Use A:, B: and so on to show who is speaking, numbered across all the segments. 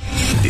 A: The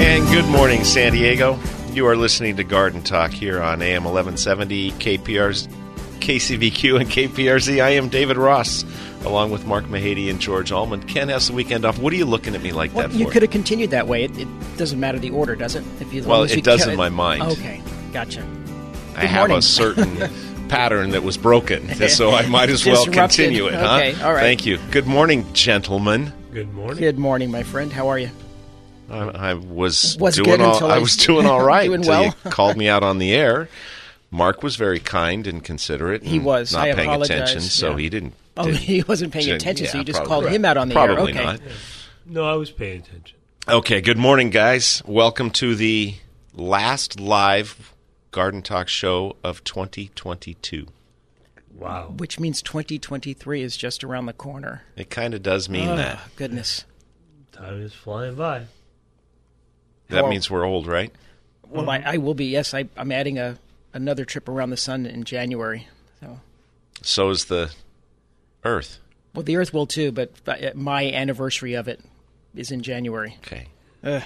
B: And good morning, San Diego. You are listening to Garden Talk here on AM 1170, KPR's, KCVQ, and KPRZ. I am David Ross, along with Mark Mahady and George Allman. Ken has the weekend off. What are you looking at me like
C: Well,
B: that
C: you
B: for?
C: could have continued that way. It, it doesn't matter the order, does it? If you, as
B: Well,
C: long as
B: it
C: you
B: does
C: ca-
B: in my mind.
C: Okay, gotcha.
B: I
C: Good
B: have
C: morning.
B: a certain pattern that was broken, so I might as well
C: Disrupted.
B: continue it, huh?
C: Okay, all right.
B: Thank you. Good morning, gentlemen.
D: Good morning.
C: Good morning, my friend. How are you?
B: I, I was,
C: Was
B: doing
C: good
B: all
C: until
B: I
C: I-
B: was doing all right
C: Doing
B: until
C: well.
B: you called me out on the air. Mark was very kind and considerate.
C: He
B: and
C: was.
B: not
C: I
B: paying
C: apologize.
B: attention, so
C: Yeah.
B: he didn't.
C: Oh,
B: didn't-
C: he wasn't paying
B: didn't-
C: attention, so
B: yeah,
C: you just
B: probably-
C: called him out on the air.
B: Probably
C: Okay.
B: not.
D: No, I was paying attention.
B: Okay, good morning, guys. Welcome to the last live Garden Talk show of 2022.
D: Wow.
C: Which means 2023 is just around the corner.
B: It kind of does mean
C: Oh,
B: that.
C: goodness.
D: Time is flying by.
B: That
C: Well-
B: means we're old, right?
D: Mm-hmm.
C: Well, I, I will be. Yes, I, I'm adding a another trip around the sun in January. So,
B: So is the Earth.
C: well, the Earth will too, but uh, my anniversary of it is in January.
B: Okay.
C: Ugh.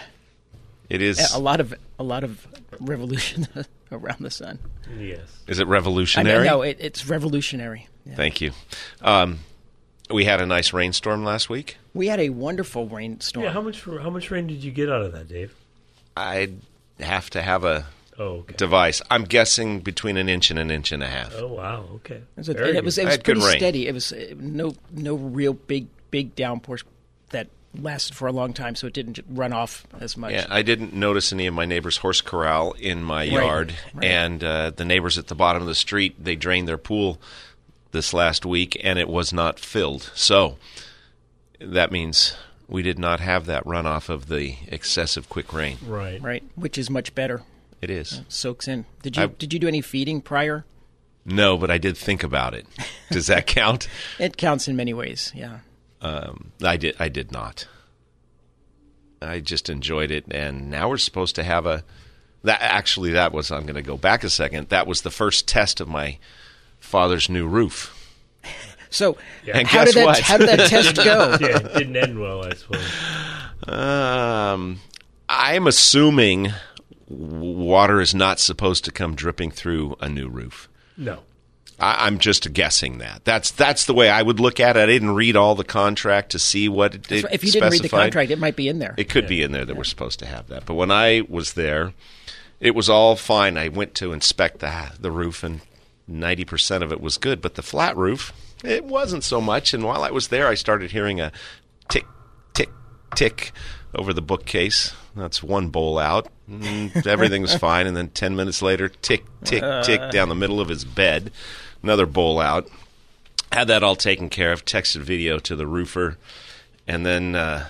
B: It is.
C: A lot of a lot of revolution around the sun.
D: Yes.
B: Is it
C: I mean,
B: revolutionary?
C: no, it, it's revolutionary. Yeah.
B: Thank you. Um, we had a nice rainstorm last week.
C: We had a wonderful rainstorm.
D: Yeah. How much? How much rain did you get out of that, Dave?
B: I'd have to have a
D: Oh. Okay.
B: device. I'm guessing between an inch and an inch and a half.
D: oh wow. Okay.
C: It was, a-
D: Very
C: and it was,
D: good.
C: it
B: I
C: was
B: had good
C: pretty
B: rain.
C: steady. It was uh, no no real big big downpours that lasted for a long time, so it didn't run off as much.
B: Yeah, I didn't notice any of my neighbor's horse corral in my yard,
C: right.
B: and uh, the neighbors at the bottom of the street they drained their pool this last week, and it was not filled. So that means we did not have that runoff of the excessive quick rain.
D: right.
C: Right, which is much better. Uh,
B: It is
C: Soaks in. Did you
B: I-
C: did you do any feeding prior?
B: no, but I did think about it. Does that count?
C: It counts in many ways. Yeah.
B: Um, I did. I did not. I just enjoyed it, and now we're supposed to have a. That actually, that was. I'm going to go back a second. That was the first test of my father's new roof.
C: So
B: And
C: how
B: guess
C: did that
B: what?
C: how did that test go?
D: Yeah. It didn't end well, I suppose.
B: Um, I'm assuming w- water is not supposed to come dripping through a new roof.
D: No.
B: I, I'm just guessing that. That's that's the way I would look at it. I didn't read all the contract to see what it, it
C: if you didn't read the
B: specified.
C: contract, it might be in there.
B: It could be in there that we're supposed to have that. But when I was there, it was all fine. I went to inspect the the roof, and ninety percent of it was good. But the flat roof, it wasn't so much. And while I was there, I started hearing a tick, tick, tick over the bookcase. That's one bowl out. Mm, Everything was fine. And then ten minutes later, tick, tick, tick down the middle of his bed. Another bowl out. Had that all taken care of. Texted video to the roofer, and then uh,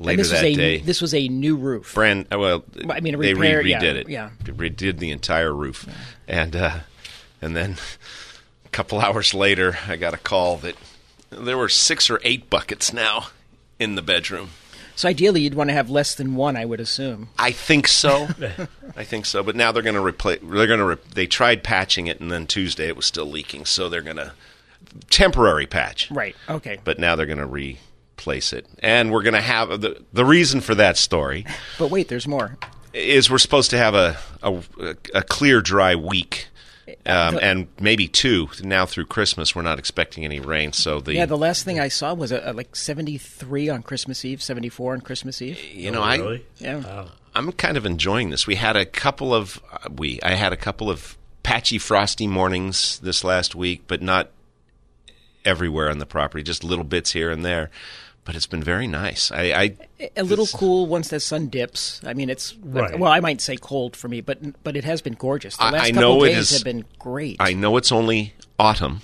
B: later
C: And this
B: that
C: was a
B: day,
C: this was a new roof.
B: brand. uh, Well,
C: Well, I mean, a
B: they
C: repair,
B: re- redid
C: yeah,
B: it.
C: yeah.
B: They redid the entire roof, and uh, and then a couple hours later, I got a call that there were six or eight buckets now in the bedroom.
C: So ideally, you'd want to have less than one, I would assume.
B: I think so. I think so. But now they're going to replace. They're going to. Re- they tried patching it, and then Tuesday it was still leaking. So they're going to. temporary patch.
C: Right. Okay. But,
B: But now they're going to replace it. And we're going to have the, the reason for that story
C: wait, there's more.
B: is we're supposed to have a, a, a clear, dry week. Um, and maybe two now through Christmas. We're not expecting any rain, so the
C: Yeah, the last thing I saw was a, a, like 73 on Christmas Eve, 74 on Christmas Eve.
B: you know I
D: Really?
C: Yeah.
B: I'm kind of enjoying this. We had a couple of uh, we I had a couple of patchy frosty mornings this last week, but not everywhere on the property, just little bits here and there. But it's been very nice. I, I
C: a little cool once the sun dips. I mean, it's
D: Right.
C: well, I might say cold for me, but but it has been gorgeous. The
B: I-
C: last
B: I
C: couple
B: know it
C: days
B: is-
C: have been great.
B: I know it's only autumn.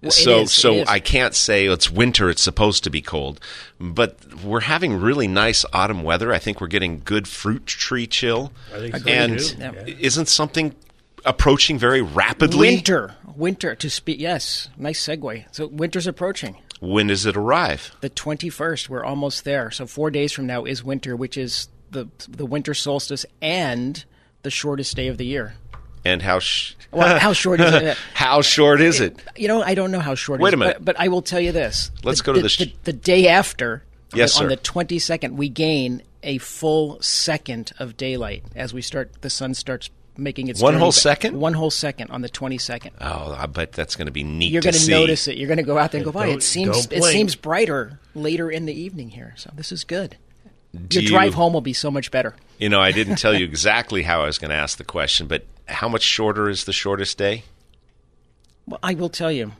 C: it
B: so
C: is, it
B: so
C: is.
B: I can't say it's winter, it's supposed to be cold. But we're having really nice autumn weather. I think we're getting good fruit tree chill.
D: I think so
B: and
D: too.
C: Yeah.
D: Yeah.
B: isn't something approaching very rapidly?
C: winter, winter to speak. Yes, nice segue. So winter's approaching.
B: When does it arrive?
C: The twenty first. We're almost there. So four days from now is winter, which is the the winter solstice and the shortest day of the year.
B: And how sh-
C: Well, how short is it?
B: How short is it?
C: You know, I don't know how short.
B: Wait
C: it is,
B: a minute.
C: but, but I will tell you this.
B: Let's go to the sh-
C: the, the day after.
B: Yes,
C: on
B: sir.
C: the twenty second, we gain a full second of daylight as we start. The sun starts making its
B: One
C: journey
B: whole
C: back-
B: second?
C: One whole second on the twenty second.
B: Oh, I bet that's going to be neat.
C: You're
B: to
C: going to
B: see.
C: notice it. You're going to go out there and go, "Boy,
D: don't-
C: it seems
D: don't
C: it
D: blink."
C: seems brighter later in the evening here." So this is good.
B: Do
C: Your drive home will be so much better.
B: You know, I didn't tell you exactly how I was going to ask the question, but how much shorter is the shortest day?
C: Well, I will tell you,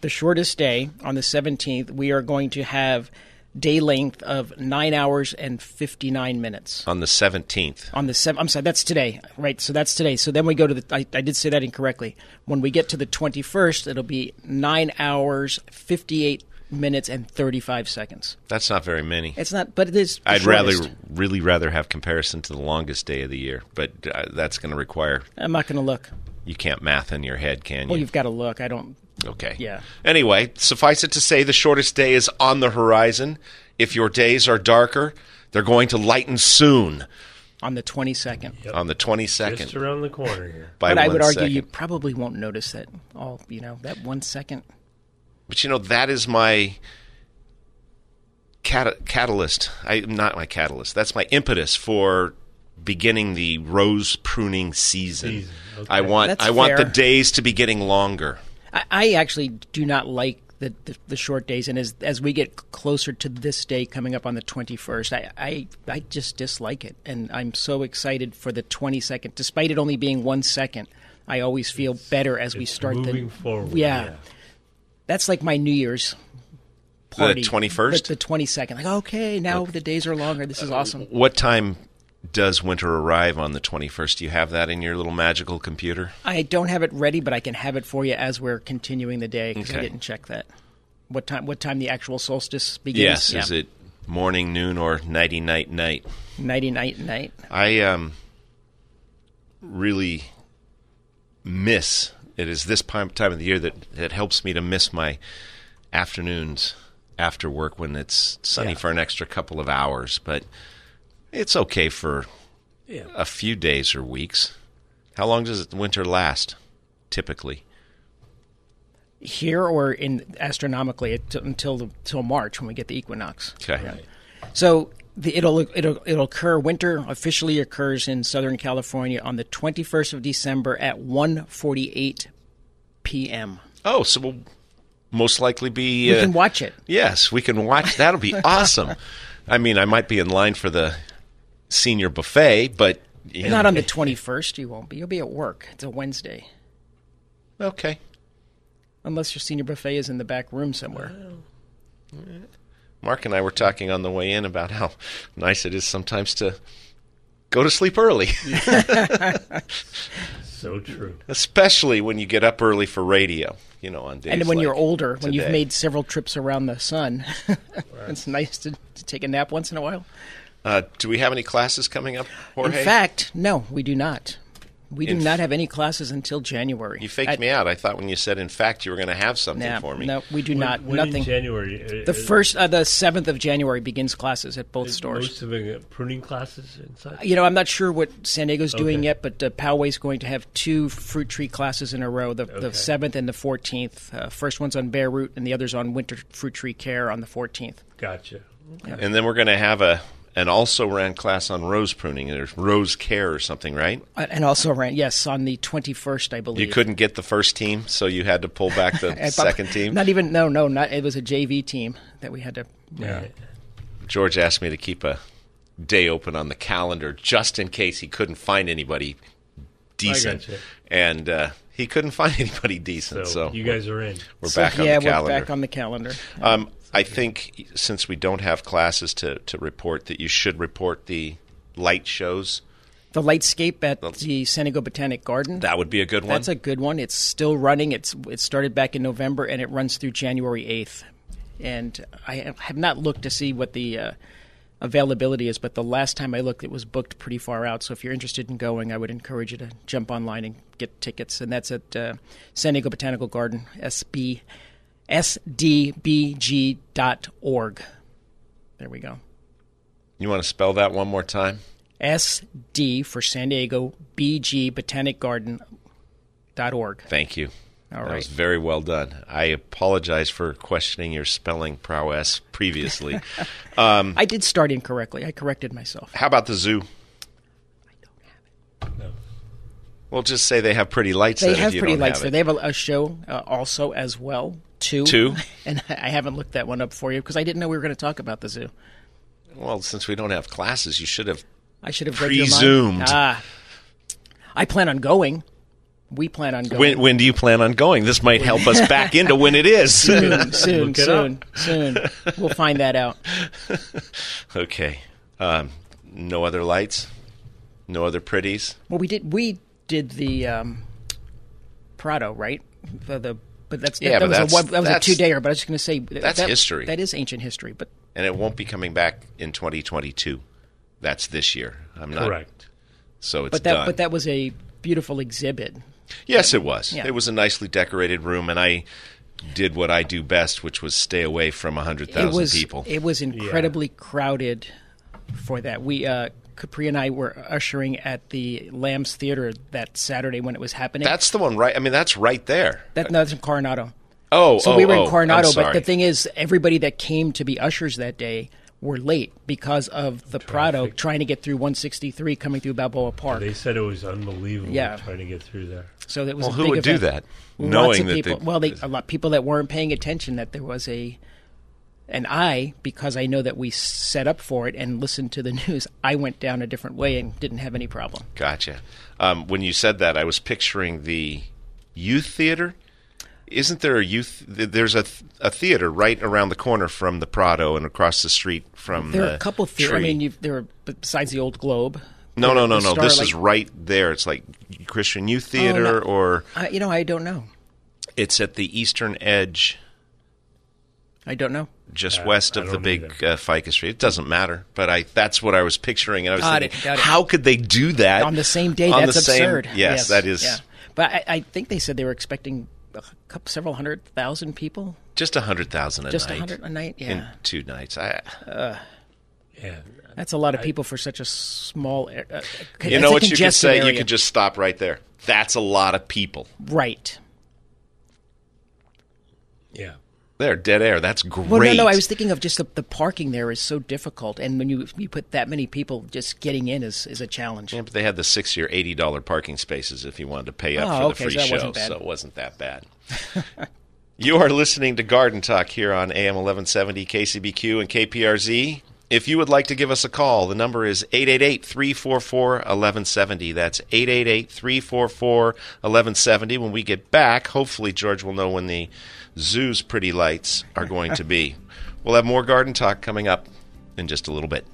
C: the shortest day on the 17th, we are going to have day length of nine hours and 59 minutes.
B: On the seventeenth.
C: On the seven, I'm sorry, that's today, right? So that's today. So then we go to the. I, I did say that incorrectly. When we get to the 21st, it'll be nine hours 58 minutes and 35 seconds.
B: That's not very many.
C: It's not, but it is. the
B: I'd
C: shortest.
B: rather, really rather have comparison to the longest day of the year, but uh, that's going to require
C: I'm not going to look.
B: you can't math in your head, can you?
C: Well, you've got to look. I don't.
B: Okay.
C: Yeah.
B: Anyway, suffice it to say the shortest day is on the horizon. If your days are darker, they're going to lighten soon
C: On the 22nd.
B: on the 22nd.
D: Just around the corner here.
B: by
C: But I
B: one
C: would argue
B: second.
C: you probably won't notice that all, you know, that one second.
B: But you know that is my cat- catalyst. I not my catalyst. That's my impetus for beginning the rose pruning season.
D: Season, okay.
B: I want
C: That's
B: I want the
C: fair.
B: days to be getting longer.
C: I, I actually do not like the, the the short days, and as as we get closer to this day coming up on the twenty first, I, I I just dislike it, and I'm so excited for the twenty second, despite it only being one second. I always feel better as we start
D: Moving
C: the.
D: forward.
C: Yeah. that's like my New Year's party.
B: The twenty first.
C: the twenty second. Like okay, now the days are longer. This
D: Uh,
C: is awesome.
B: Uh, What time does winter arrive on the twenty first? Do you have that in your little magical computer?
C: I don't have it ready, but I can have it for you as we're continuing the day because I
B: Okay.
C: didn't check that. What time? What time the actual solstice begins?
B: Yes. Is it morning, noon, or nighty night night?
C: nighty night night?
B: I um really miss it is this time time of the year that that helps me to miss my afternoons after work when it's sunny for an extra couple of hours, but it's okay for
D: Yeah.
B: a few days or weeks. How long does the winter last typically?
C: here or in astronomically it- until the, till March when we get the equinox.
B: Okay.
C: So the, it'll it'll it'll occur. Winter officially occurs in Southern California on the 21st of December at 1:48 p.m.
B: Oh, so we'll most likely be
C: You
B: uh,
C: can watch it.
B: Yes, we can watch. That'll be awesome. I mean, I might be in line for the senior buffet, but you
C: Not on the 21st. You won't be. You'll be at work. It's a Wednesday,
B: Okay.
C: unless your senior buffet is in the back room somewhere.
B: Mark and I were talking on the way in about how nice it is sometimes to go to sleep early,
D: So true.
B: especially when you get up early for radio, you know, on days
C: and when
B: like
C: you're older, when you've
B: today.
C: made several trips around the sun, it's nice to, to take a nap once in a while.
B: Uh, do we have any classes coming up, Jorge?
C: In fact, no, we do not. We do
B: In-
C: not have any classes until January.
B: You faked
C: I-
B: me out. I thought when you said, in fact, you were going to have something
C: Nah,
B: for me.
C: No, we do not.
D: When in
C: nothing.
D: January. uh,
C: the
D: uh,
C: first, uh, the seventh of January begins classes at both
D: is
C: stores.
D: Most of the pruning classes and such.
C: you know, I'm not sure what San Diego's doing
D: Okay.
C: yet, but uh, Poway's going to have two fruit tree classes in a row the, the
D: Okay.
C: 7th and the 14th. Uh, first one's on bare root, and the other's on winter fruit tree care on the 14th.
D: Gotcha.
B: And then we're going to have a an also ran class on rose pruning or rose care or something, right?
C: Uh, and also, ran, yes, on the 21st, I believe.
B: You couldn't get the first team, so you had to pull back the
C: I prob-
B: second team.
C: Not even, no, no, not. It was a JV team that we had to.
D: Yeah.
B: George asked me to keep a day open on the calendar just in case he couldn't find anybody decent,
D: gotcha.
B: and uh, he couldn't find anybody decent. So,
D: So, you guys are in.
B: we're
C: So,
B: back on
C: yeah,
B: the calendar.
C: we're back on the calendar.
B: Um, I think since we don't have classes to, to report, that you should report the light shows.
C: The lightscape at the San Diego Botanic Garden.
B: That would be a good one.
C: That's a good one. It's still running. It's it started back in November and it runs through January eighth. And I have not looked to see what the uh, availability is, but the last time I looked, it was booked pretty far out. So if you're interested in going, I would encourage you to jump online and get tickets. And that's at uh, San Diego Botanical Garden, SB, sdbg.org. There we go.
B: you want to spell that one more time?
C: SD for San Diego, BG, Botanic Garden, dot org.
B: Thank you.
C: All
B: that
C: right.
B: was very well done. I apologize for questioning your spelling prowess previously. Um,
C: I did start incorrectly. I corrected myself.
B: How about the zoo? We'll just say they have pretty lights.
C: They
B: then, if
C: have
B: you
C: pretty
B: don't
C: lights there.
B: have
C: They
B: it.
C: have a, a show uh, also as well. Two.
B: Two?
C: And I haven't looked that one up for you because I didn't know we were going to talk about the zoo.
B: Well, since we don't have classes, you should have.
C: I should have read your mind.
B: Presumed.
C: Ah. I plan on going. We plan on going.
B: When, when do you plan on going? This might help us back into when it is.
C: soon, soon,
D: it
C: soon, soon. We'll find that out.
B: okay. Um, no other lights. No other pretties.
C: Well, we did. We did the um, Prado, right? The, the but that's
B: Yeah,
C: that,
B: but
C: was
B: that's-
C: a, one- that was a
B: that's-
C: two dayer. But I was just going to say th-
B: that's
C: that-
B: history.
C: That is ancient history. But
B: and it won't be coming back in 2022. That's this year. I'm not
D: Correct.
B: So it's
C: but that
B: done.
C: but that was a beautiful exhibit.
B: yes, it was.
C: Yeah.
B: It was a nicely decorated room, and I did what I do best, which was stay away from 100,000
C: it was
B: people.
C: it was incredibly crowded for that. We uh, Capri and I were ushering at the Lambs Theater that Saturday when it was happening.
B: that's the one, right? I mean, that's right there.
C: that no, that's in Coronado.
B: Oh,
C: So
B: oh,
C: we were
B: oh,
C: in
B: I'm
C: Coronado, but
B: sorry.
C: the thing is, everybody that came to be ushers that day were late because of the Prado trying to get through 163 coming through Balboa Park.
D: They said it was unbelievable
C: Yeah.
D: trying to get through there.
C: So that was
B: Well,
C: a
B: who
C: big
B: would do
C: event.
B: that,
C: Lots
B: knowing
C: of
B: that
C: people.
B: they-
C: well, they, a lot of people that weren't paying attention that there was a, and I because I know that we set up for it and listened to the news. I went down a different way and didn't have any problem.
B: Gotcha. Um, when you said that, I was picturing the youth theater. Isn't there a youth? th- There's a th- a theater right around the corner from the Prado and across the street from
C: There
B: the
C: are a couple theaters. I
B: tree.
C: mean, you've, there are besides the Old Globe.
B: No, no, no, no.
C: Starlight-
B: This is right there. It's like Christian Youth Theater,
C: Oh, no.
B: or
C: I, you know, I don't know.
B: it's at the eastern edge,
C: I don't know.
B: just west
D: I
B: of the
D: don't
B: big
D: either.
B: uh, Ficus Street. It doesn't matter, but I that's what I was picturing, and I was
C: Got
B: thinking,
C: it, got it.
B: how could they do that
C: on the same day.
B: on
C: that's
B: the same-
C: absurd.
B: yes, that is
C: yeah. But I, I think they said they were expecting a couple, several hundred thousand people,
B: just a hundred thousand a
C: just a
B: night
C: hundred a night. Yeah,
B: in two nights. I,
D: Yeah.
C: that's a lot of people for such a small. ar- Uh, c-
B: you
C: it's
B: know
C: a
B: what you could
C: congested
B: say?
C: Area.
B: You could just stop right there. That's a lot of people.
C: right.
D: Yeah.
B: There, dead air. That's great.
C: Well, no, no. I was thinking of just the, the parking there is so difficult, and when you you put that many people, just getting in is is a challenge.
B: Yeah, but they had the sixty or eighty dollar parking spaces if you wanted to pay up
C: Oh,
B: for the
C: okay,
B: free
C: so that
B: show,
C: wasn't bad.
B: so it wasn't that bad. you are listening to Garden Talk here on AM eleven seventy KCBQ and KPRZ. If you would like to give us a call, the number is 888-344-1170. That's 888-344-1170. When we get back, hopefully George will know when the zoo's pretty lights are going to be. We'll have more garden talk coming up in just a little bit.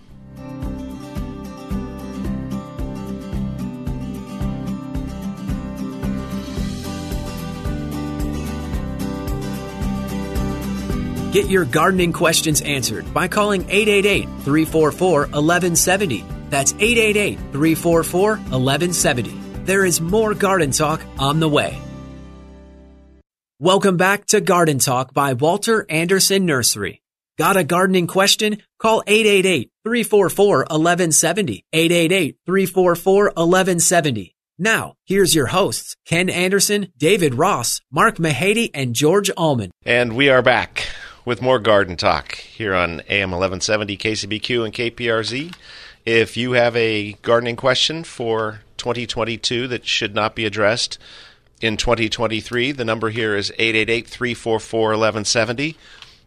E: Get your gardening questions answered by calling 888 344 1170. That's 888 344 1170. there is more garden talk on the way. Welcome back to Garden Talk by Walter Anderson Nursery. Got a gardening question? Call 888-344-1170. 888-344-1170. Now, here's your hosts, Ken Anderson, David Ross, Mark Mahady, and George Allman.
B: And we are back with more garden talk here on AM 1170 KCBQ and KPRZ. If you have a gardening question for 2022 that should not be addressed in 2023, the number here is 888 344 1170.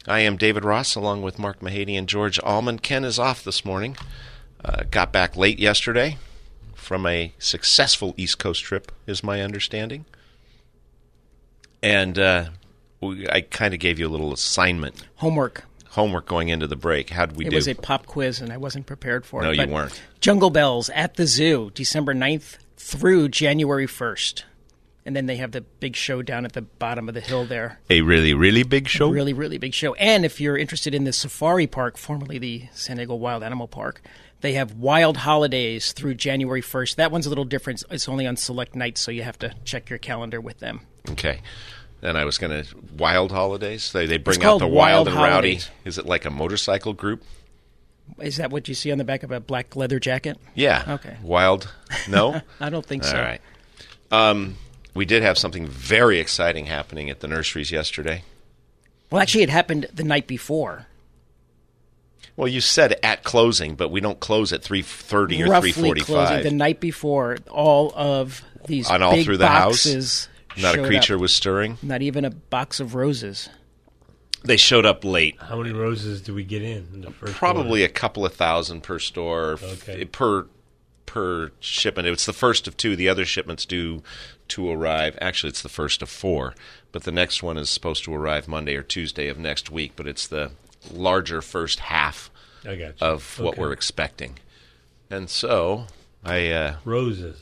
B: I am David Ross along with Mark Mahady and George Allman. Ken is off this morning. Uh, got back late yesterday from a successful East Coast trip, is my understanding. And uh, we, I kind of gave you a little assignment,
C: Homework.
B: homework going into the break. How'd we
C: It
B: do?
C: was a pop quiz, and I wasn't prepared for
B: No,
C: it.
B: you
C: but
B: weren't.
C: Jungle Bells at the Zoo, December 9th through January 1st. And then they have the big show down at the bottom of the hill there.
B: A really, really big show.
C: Really, really big show. And if you're interested in the safari park, formerly the San Diego Wild Animal Park, they have Wild Holidays through January 1st. That one's a little different. It's only on select nights, so you have to check your calendar with them.
B: Okay. And I was going to Wild Holidays. They they bring out
C: called
B: the Wild,
C: Wild
B: and
C: Holidays.
B: Rowdy. Is it like a motorcycle group?
C: Is that what you see on the back of a black leather jacket?
B: Yeah.
C: Okay.
B: Wild. No.
C: I don't think so.
B: All right. Um, we did have something very exciting happening at the nurseries yesterday.
C: Well, actually, it happened the night before.
B: Well, you said at closing, but we don't close at three thirty or three
C: roughly
B: forty-five.
C: closing the night before all of these
B: On all
C: big
B: through the house?
C: boxes
B: Not
C: showed
B: a
C: up.
B: creature was stirring.
C: not even a box of roses
B: They showed up late.
D: How many roses do we get in? in the first
B: Probably
D: order?
B: a couple of thousand per store f-
D: Okay.
B: per per shipment. It's the first of two. The other shipments due to arrive. Actually, it's the first of four, but the next one is supposed to arrive Monday or Tuesday of next week. But it's the larger first half
D: I got you.
B: of what
D: Okay.
B: we're expecting, and so I. Uh,
D: roses.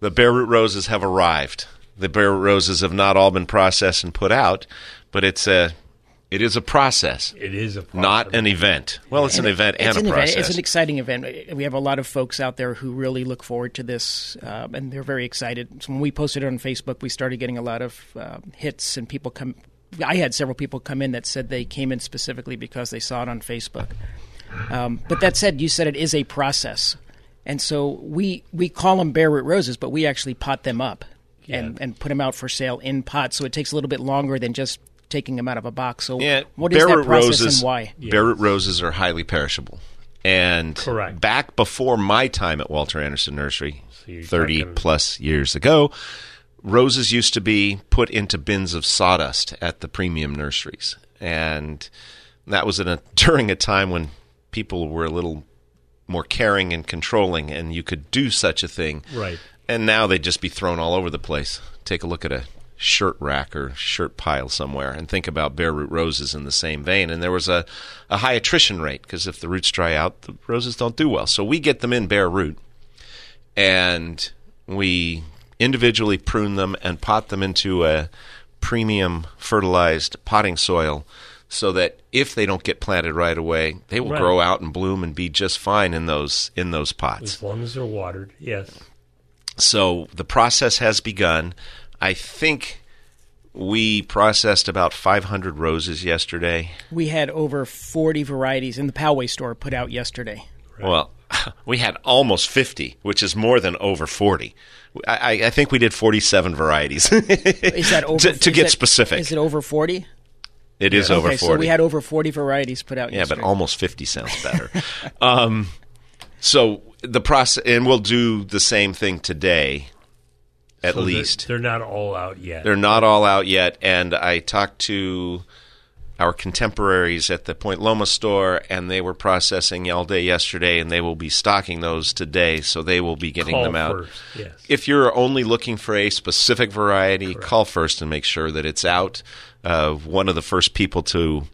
B: The bare root roses have arrived. The bare root roses have not all been processed and put out, but it's a it is a process,
D: It is a problem.
B: not an event. Well, it's an event and
C: it's an
B: a
C: event.
B: process.
C: It's an exciting event. We have a lot of folks out there who really look forward to this, um, and they're very excited. So when we posted it on Facebook, we started getting a lot of um, hits, and people come. I had several people come in that said they came in specifically because they saw it on Facebook. Um, but that said, you said it is a process, and so we we call them bare root roses, but we actually pot them up and and put them out for sale in pots. So it takes a little bit longer than just taking them out of a box. So
B: yeah,
C: e- what is
B: bare
C: that
B: root
C: process
B: roses,
C: and why?
B: Bare root roses are highly perishable. And
D: Correct.
B: back before my time at Walter Anderson Nursery,
D: you're
B: 30
D: talking-
B: plus years ago, roses used to be put into bins of sawdust at the premium nurseries. And that was in a, during a time when people were a little more caring and controlling, and you could do such a thing.
D: Right.
B: And now they'd just be thrown all over the place. Take a look at a shirt rack or shirt pile somewhere and think about bare root roses in the same vein. And there was a, a high attrition rate because if the roots dry out, the roses don't do well. So we get them in bare root and we individually prune them and pot them into a premium fertilized potting soil so that if they don't get planted right away, they will
D: Right.
B: grow out and bloom and be just fine in those in those pots.
D: As long as they're watered, yes.
B: So the process has begun. I think we processed about 500 roses yesterday.
C: We had over 40 varieties in the Poway store put out yesterday.
B: Well, we had almost 50, which is more than over 40. I, I- I think we did 47 varieties.
C: Is that over
B: To- to
C: is
B: get
C: that-
B: specific.
C: Is it over 40?
B: It is over
C: okay,
B: 40.
C: so we had over 40 varieties put
D: Uh,
C: out
B: yeah, but
C: yesterday.
B: almost 50 sounds better. um, so the process, and we'll do the same thing today, at
D: So they're-
B: least.
D: They're, not all out yet.
B: They're not all out yet, and I talked to our contemporaries at the Point Loma store, and they were processing all day yesterday, and they will be stocking those today, so they will be getting
D: Call
B: them out.
D: first, yes.
B: If you're only looking for a specific variety, call first and make sure that it's out. Uh, one of the first people to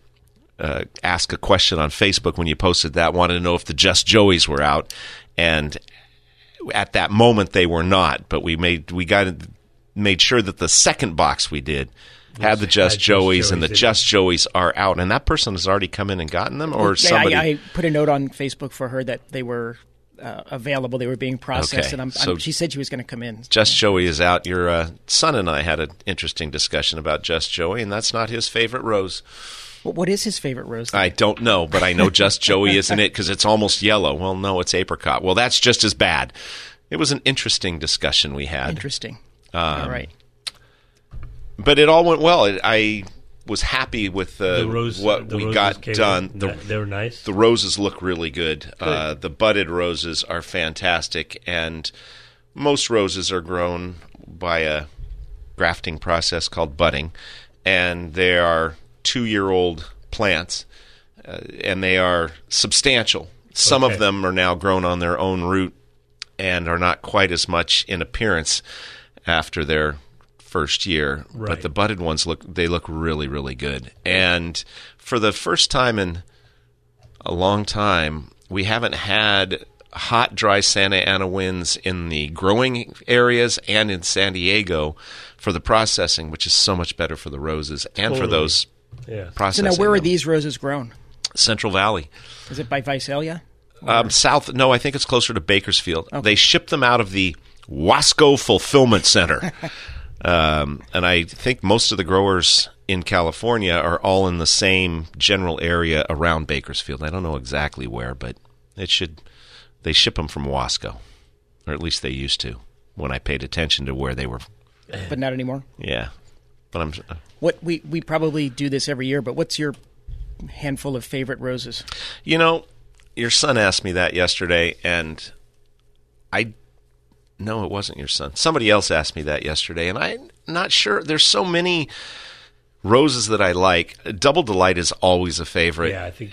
B: uh, ask a question on Facebook when you posted that wanted to know if the Just Joeys were out, and at that moment they were not, but we made we got made sure that the second box we did had the Just
D: had Just
B: Joeys, and the
D: Joeys in it.
B: Just Joeys are out, and that person has already come in and gotten them, or
C: Yeah,
B: somebody.
C: I, I put a note on Facebook for her that they were uh, available. They were being processed,
B: Okay,
C: and I'm,
B: so-
C: I'm, she said she was going to come in.
B: Just Joey is out. Your uh, son and I had an interesting discussion about Just Joey, and that's not his favorite rose.
C: What, what is his favorite rose?
B: I don't know, but I know Just Joey isn't it because it's almost yellow. Well, no, it's apricot. Well, that's just as bad. It was an interesting discussion we had, Um,
C: Interesting. All right.
B: but it all went well. It, I was happy with uh,
D: the rose,
B: what
D: the
B: we
D: roses
B: got
D: came
B: done.
D: in.
B: The-
D: Th- they were nice.
B: the roses look really good. Uh, the budded roses are fantastic, and most roses are grown by a grafting process called budding, and they are two-year-old plants, uh, and they are substantial. Some
D: Okay.
B: of them are now grown on their own root and are not quite as much in appearance after their first year. But
D: Right.
B: the budded ones look they look really really good. And for the first time in a long time, we haven't had hot, dry Santa Ana winds in the growing areas and in San Diego for the processing, which is so much better for the roses and for
D: Totally.
B: those
D: yeah.
C: So
B: processing.
C: now, where are
B: them.
C: these roses grown?
B: Central Valley?
C: Is it by Visalia?
B: Um, south? No, I think it's closer to Bakersfield. They ship them out of the Wasco Fulfillment Center, um, and I think most of the growers in California are all in the same general area around Bakersfield. I don't know exactly where, but it should. They ship them from Wasco, or at least they used to. When I paid attention to where they were,
C: But not anymore.
B: yeah. But I'm
C: What we we probably do this every year. But what's your handful of favorite roses?
B: You know, your son asked me that yesterday, and I. No, it wasn't your son. Somebody else asked me that yesterday, and I'm not sure. There's so many roses that I like. Double Delight is always a favorite.
D: Yeah, I think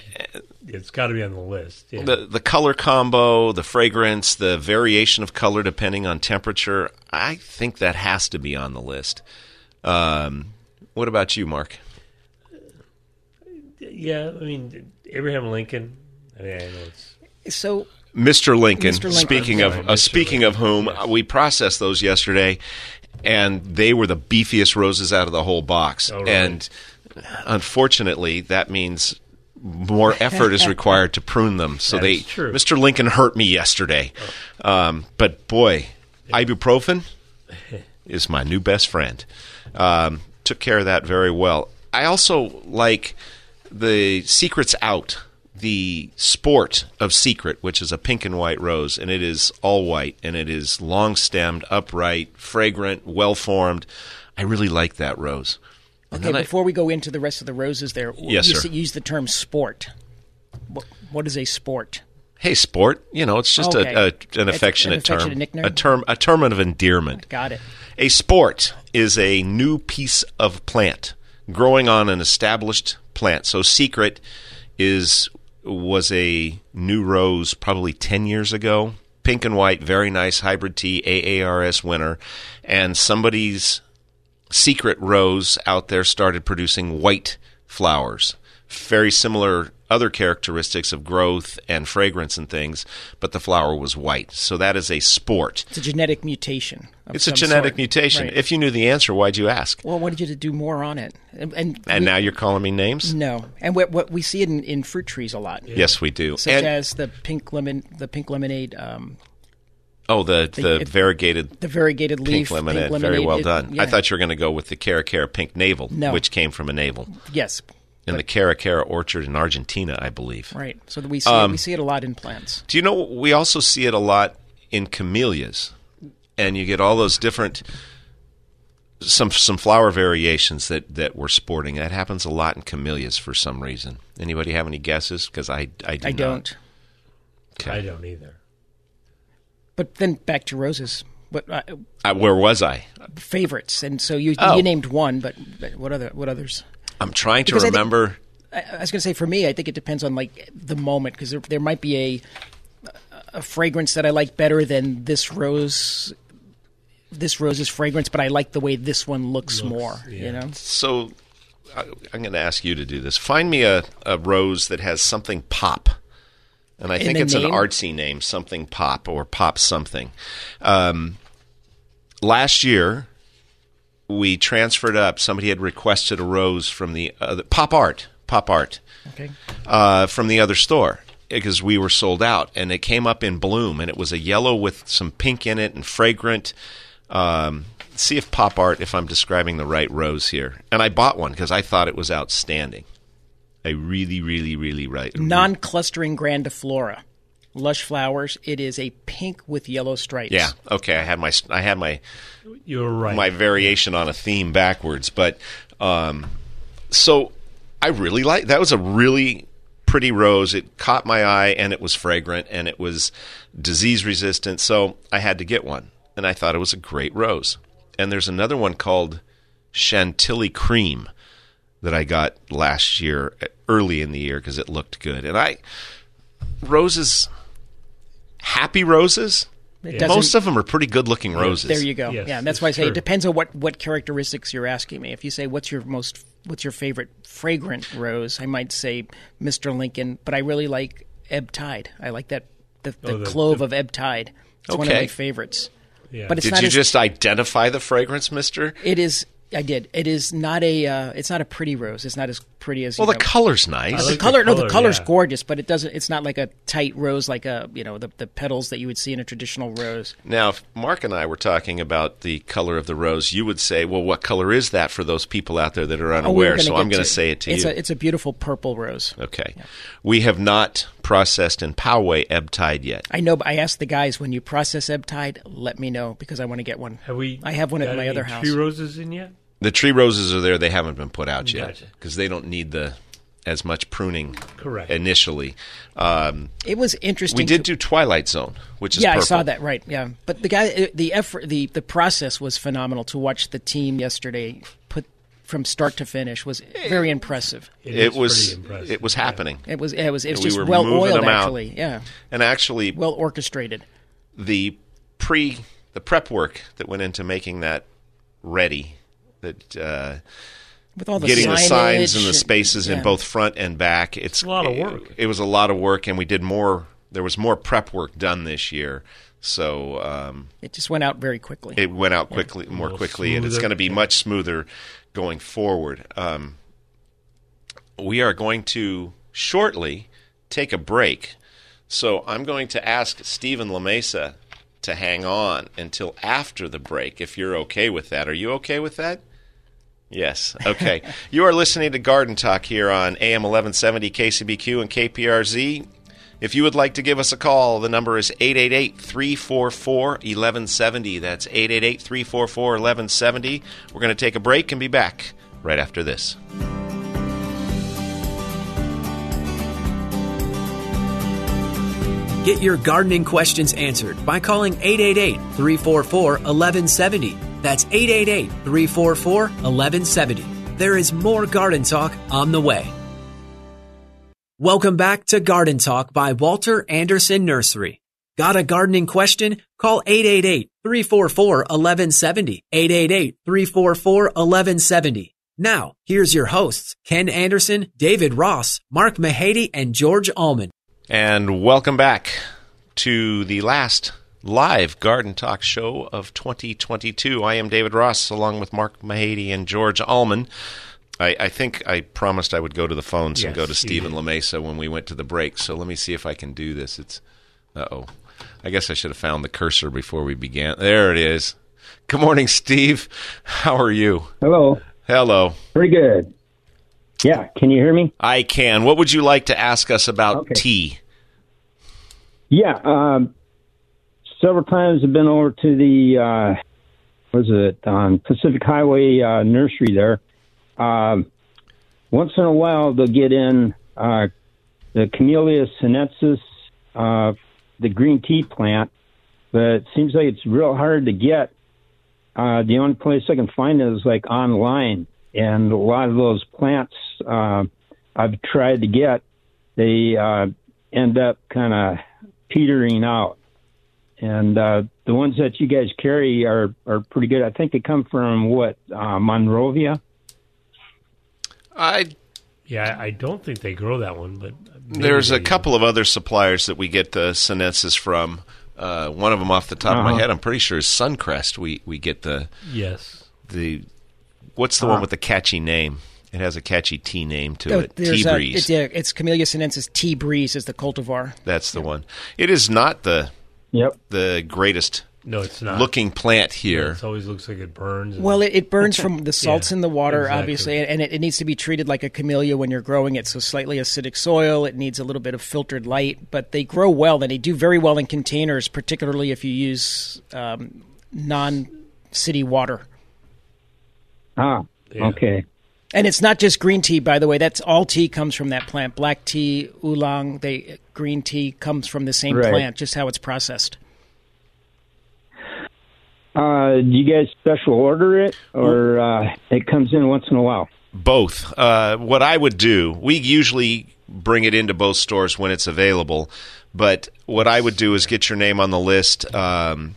D: it's got to be on the list. Yeah.
B: The, the color combo, the fragrance, the variation of color depending on temperature, I think that has to be on the list. Um, what about you, Mark?
D: yeah, I mean Abraham Lincoln. I mean, I know it's
C: So
B: Mr. Lincoln.
C: Mr. Lincoln.
B: Speaking of
D: Sorry,
B: uh,
D: Mr.
B: speaking of whom, uh, we processed those yesterday, and they were the beefiest roses out of the whole box.
D: Oh, really?
B: And unfortunately, that means more effort is required to prune them. So
D: That
B: they,
D: is true.
B: Mr. Lincoln, hurt me yesterday. Um, but boy, ibuprofen is my new best friend. Um, took care of that very well. I also like the Secrets Out, the sport of Secret, which is a pink and white rose, and it is all white, and it is long stemmed, upright, fragrant, well formed. I really like that rose. And
C: okay,
B: then I-
C: before we go into the rest of the roses, there
B: Yes,
C: you
B: sir.
C: s- use the term sport. What, what is a sport?
B: hey, sport, you know, it's just
C: Okay.
B: a,
C: It's
B: a, an
C: an
B: affectionate term,
C: affectionate nickname?
B: a term, a term of endearment.
C: Got it.
B: A sport is a new piece of plant growing on an established plant. So secret is was a new rose probably 10 years ago. Pink and white, very nice hybrid tea, AARS winner, and somebody's secret rose out there started producing white flowers. Very similar other characteristics of growth and fragrance and things, but the flower was white. So that is a sport.
C: It's a genetic mutation. of
B: It's a
C: some
B: genetic
C: sort.
B: mutation.
C: Right.
B: If you knew the answer, why'd you ask?
C: well, I wanted you to do more on it, and, and,
B: And
C: we- Mm.
B: now you're calling me names?
C: no, and what, what we see it in, in fruit trees a lot,
B: Yes, we do.
C: such
B: And,
C: as the pink lemon, the pink lemonade, um,
B: oh, the, the,
C: it-
B: variegated
C: the variegated leaf,
B: pink lemonade. Very well
C: it-
B: done.
C: yeah.
B: I thought you were going to go with the Cara Cara pink navel,
C: No.
B: which came from a navel
C: yes,
B: in the Cara Cara orchard in Argentina, I believe.
C: right. So that we see
B: Um,
C: it, we see it a lot in plants.
B: Do you know we also see it a lot in camellias, and you get all those different some some flower variations that that we're sporting. That happens a lot in camellias for some reason. Anybody have any guesses? Because I I, do
C: I
B: not.
C: don't.
D: I don't either.
C: But then back to roses. What uh,
B: Uh, where was I?
C: favorites? And so you
B: Oh.
C: you named one, but, but what other what others?
B: I'm trying to
C: Because I think-
B: remember.
C: I, I was going to say for me, I think it depends on like the moment because there, there might be a a fragrance that I like better than this rose. This rose's fragrance, but I like the way this one looks, more. You know,
B: so I, I'm going to ask you to do this. Find me a, a rose that has something pop. And I think
C: the
B: it's an
C: name?
B: artsy name, something pop or pop something. Um, last year, we transferred up. Somebody had requested a rose from the other, pop art, pop art
C: okay.
B: uh, from the other store. because we were sold out, and it came up in bloom, and it was a yellow with some pink in it and fragrant. Um, see if pop art, if I'm describing the right rose here, and I bought one because I thought it was outstanding. I really, really, really right.
C: Non-clustering grandiflora, lush flowers. It is a pink with yellow stripes.
B: yeah. Okay. I had my I had my
D: You're right.
B: my variation on a theme backwards, but um, so I really like that was a really pretty rose. It caught my eye and it was fragrant and it was disease resistant, so I had to get one. And I thought it was a great rose. And there's another one called Chantilly Cream that I got last year early in the year because it looked good. And I roses happy roses
C: It doesn't-
B: most of them are pretty good looking roses
C: There you go.
D: Yes,
C: yeah, and that's
D: it's
C: why I say
D: true.
C: it depends on what, what characteristics you're asking me. If you say what's your most what's your favorite fragrant rose, I might say Mr. Lincoln, but I really like Ebb Tide. I like that the, the,
D: Oh, the-
C: clove of Ebb Tide. It's one of
B: Okay.
C: my favorites.
D: Yeah.
C: But it's
B: Did
C: not
B: you
C: as-
B: just identify the fragrance, Mister?
C: it is I did. It is not a uh, it's not a pretty rose. It's not as pretty as
B: Well,
C: you
B: the
C: know.
B: color's nice.
C: the
D: like the
C: color, no, the
D: color,
C: color's
D: yeah.
C: gorgeous, but it doesn't. It's not like a tight rose, like a you know the, the petals that you would see in a traditional rose.
B: now, if Mark and I were talking about the color of the rose, you would say, "Well, what color is that?" For those people out there that are
C: Oh, we were
B: unaware,
C: gonna
B: so
C: get
B: I'm going to say it to
C: it's
B: you.
C: A, it's a beautiful purple rose.
B: okay, we have not processed in Poway ebb tide yet.
C: I know, but I asked the guys when you process ebb tide, let me know because I want to get one.
D: have we?
C: I have one
D: got
C: at my
D: any
C: other house.
D: Tree roses in yet?
B: The tree roses are there; they haven't been put out yet
D: Gotcha.
B: because they don't need the as much pruning.
D: Correct.
B: Initially, um,
C: It was interesting.
B: we did
C: to-
B: do Twilight Zone, which is
C: Yeah, I
B: purple.
C: saw that. Right. Yeah, but the guy, uh, the effort, the the process was phenomenal. To watch the team yesterday put from start to finish was very impressive.
B: It,
D: is
B: was
D: pretty impressive,
B: it was
D: yeah.
B: happening,
C: It was. It was. It was
B: We
C: just
B: were
C: well
B: moving
C: oiled,
B: them out.
C: actually. Yeah,
B: and actually,
C: well orchestrated.
B: the pre the prep work that went into making that ready that uh,
C: With all the
B: getting the signs and the
C: signage
B: spaces in
C: yeah.
B: both front and back it's
D: a lot of work.
B: it, was a lot of work and we did more there was more prep work done this year so um,
C: It just went out very quickly.
B: it went out quickly more quickly and it's
D: smoother.
B: going to be much smoother going forward um, we are going to shortly take a break so i'm going to ask stephen lamesa to hang on until after the break if you're okay with that are you okay with that Yes. Okay. you are listening to Garden Talk here on AM 1170 KCBQ and KPRZ. If you would like to give us a call, the number is 888 344 1170. That's 888 344 1170. We're going to take a break and be back right after this.
E: Get your gardening questions answered by calling 888 344 1170. That's 888 344 1170. There is more garden talk on the way. Welcome back to Garden Talk by Walter Anderson Nursery. Got a gardening question? Call 888-344-1170. 888-344-1170. Now, here's your hosts, Ken Anderson, David Ross, Mark Mahady, and George Allman.
B: And welcome back to the last live Garden Talk show of 2022. I am David Ross, along with Mark Mahady and George Allman. I, I think I promised I would go to the phones and
D: Yes,
B: go to
D: you
B: Stephen LaMesa when we went to the break. So let me see if I can do this. It's, uh oh. I guess I should have found the cursor before we began. There it is. Good morning, Steve. How are you?
F: Hello.
B: Hello.
F: Pretty good. Yeah. Can you hear me?
B: I can. What would you like to ask us about
F: Okay.
B: tea?
F: Yeah. Um, several times I've been over to the, uh, was it um, Pacific Highway uh, Nursery there. Um, once in a while they'll get in uh, the Camellia sinensis, uh, the green tea plant, but it seems like it's real hard to get. Uh, the only place I can find it is like online, and a lot of those plants uh, I've tried to get, they uh, end up kind of petering out. And uh, the ones that you guys carry are, are pretty good. I think they come from what uh, Monrovia.
B: I
D: Yeah, I I don't think they grow that one, but maybe
B: There's
D: they
B: a
D: do.
B: couple of other suppliers that we get the Sinensis from. Uh, one of them, off the top of my
F: Uh-huh.
B: head, I'm pretty sure is Suncrest. We we get the
D: Yes. Uh-huh.
B: the what's the one with the catchy name? It has a catchy tea name to
C: Oh,
B: it.
C: there's
B: Tea
C: a-
B: breeze.
C: it's, yeah, it's Camellia sinensis. Tea breeze is the cultivar.
B: That's the one. It is not the
F: Yep.
B: the greatest
D: No, it's not.
B: looking plant here.
D: It always looks like it burns. and-
C: Well, it, it burns from the salts
D: Yeah,
C: in the water,
D: exactly.
C: obviously, and it, it needs to be treated like a camellia when you're growing it. So slightly acidic soil, it needs a little bit of filtered light, but they grow well. and They do very well in containers, particularly if you use um, non-city water.
F: Ah, okay.
C: And it's not just green tea, by the way. That's all tea comes from that plant. Black tea, oolong, they green tea comes from the same
F: Right.
C: plant, just how it's processed.
F: Uh, do you guys special order it, or uh, it comes in once in a while?
B: Both. Uh, what I would do, we usually bring it into both stores when it's available, but what I would do is get your name on the list. Um,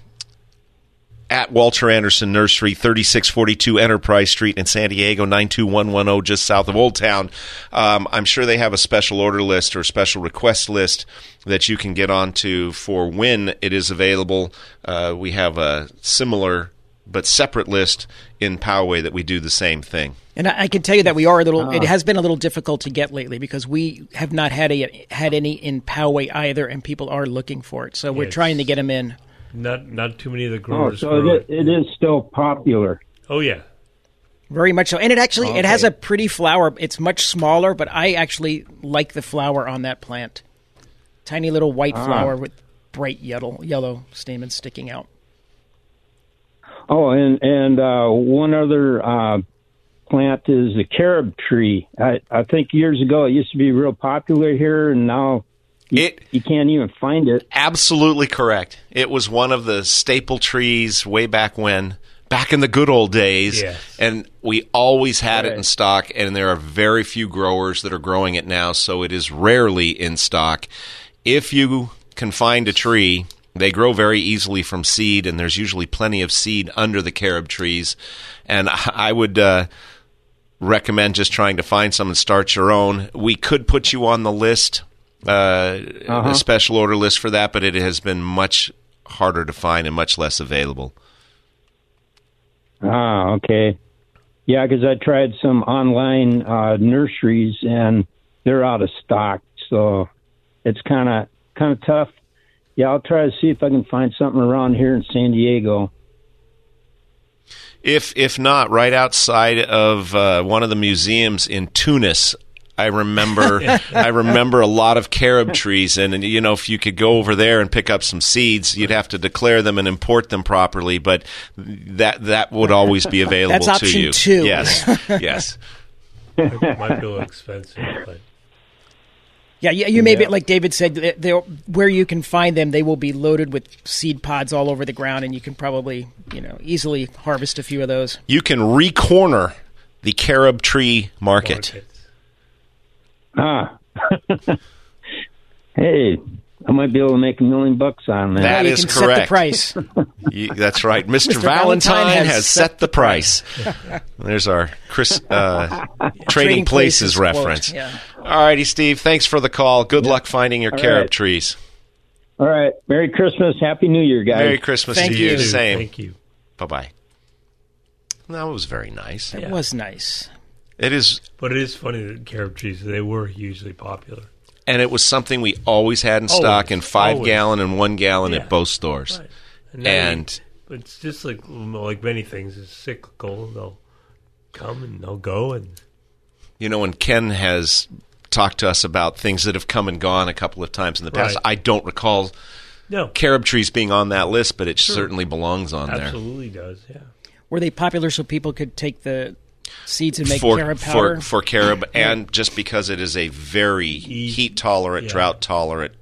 B: at Walter Anderson Nursery, 3642 Enterprise Street in San Diego, 92110, oh, just south of Old Town. Um, I'm sure they have a special order list or special request list that you can get onto for when it is available. Uh, we have a similar but separate list in Poway that we do the same thing.
C: And I, I can tell you that we are a little.
D: Ah.
C: It has been a little difficult to get lately because we have not had a had any in Poway either, and people are looking for it. So we're
D: Yes.
C: trying to get them in.
D: not not too many of the
F: Oh,
D: growers.
F: so
D: grow
F: it, it is still popular.
D: Oh yeah,
C: Very much so, and it actually it has a pretty flower. It's much smaller, but I actually like the flower on that plant. Tiny little white
D: Ah.
C: flower with bright yellow yellow stamens sticking out.
F: Oh, and and uh, one other uh, plant is the carob tree. I, I think years ago it used to be real popular here, and now
B: It
F: you can't even find it.
B: absolutely correct. It was one of the staple trees way back when, back in the good old days,
D: Yes.
B: and we always had it in stock. And there are very few growers that are growing it now, so it is rarely in stock. If you can find a tree, they grow very easily from seed, and there's usually plenty of seed under the carob trees. And I I would. Uh, recommend just trying to find some and start your own. We could put you on the list, uh, a special order list for that, but it has been much harder to find and much less available.
F: Ah, okay. Yeah, because I tried some online uh, nurseries and they're out of stock, so it's kind of kind of tough. Yeah, I'll try to see if I can find something around here in San Diego.
B: If if not, right outside of uh, one of the museums in Tunis. I remember, I remember a lot of carob trees, and, and you know, if you could go over there and pick up some seeds, you'd have to declare them and import them properly. But that that would always be available
C: That's
B: to
C: option
B: you.
C: two.
B: Yes, yes.
D: it might be a little expensive, but
C: Yeah, yeah, you may be like David said. they- They'll, where you can find them, they will be loaded with seed pods all over the ground, and you can probably, you know, easily harvest a few of those.
B: you can re-corner the carob tree market.
D: markets.
F: Ah, hey, I might be able to make a million bucks on that.
B: That
C: you
B: is
C: can set the
B: correct.
C: price.
B: You- that's right. Mr.
C: Mr.
B: Valentine,
C: Valentine
B: has
C: has
B: set the price. There's our Chris uh, Trading, Places,
C: quote,
B: reference.
C: yeah.
B: All righty, Steve. Thanks for the call. Good luck finding your carob
F: right.
B: trees.
F: All right, Merry Christmas, Happy New Year, guys.
B: Merry Christmas
C: Thank
B: to you.
C: you.
D: Dude,
B: Same.
D: Thank you.
B: Bye bye. That was very nice.
C: It was nice.
B: It is,
D: But it is funny that carob trees they were hugely popular.
B: and it was something we always had in stock
D: Always,
B: in five
D: always.
B: gallon and one gallon
D: Yeah.
B: at both stores.
D: Right. now
B: And-
D: you- it's just like like many things, it's cyclical. They'll come and they'll go, and
B: You know, and Ken has talked to us about things that have come and gone a couple of times in the past.
D: Right.
B: I don't recall
D: no,
B: carob trees being on that list, but it certainly belongs on there.
D: absolutely does. Yeah,
C: Were they popular so people could take the seeds and make
B: For,
C: carob powder?
B: for for carob, and just because it is a very heat tolerant,
D: yeah.
B: drought tolerant,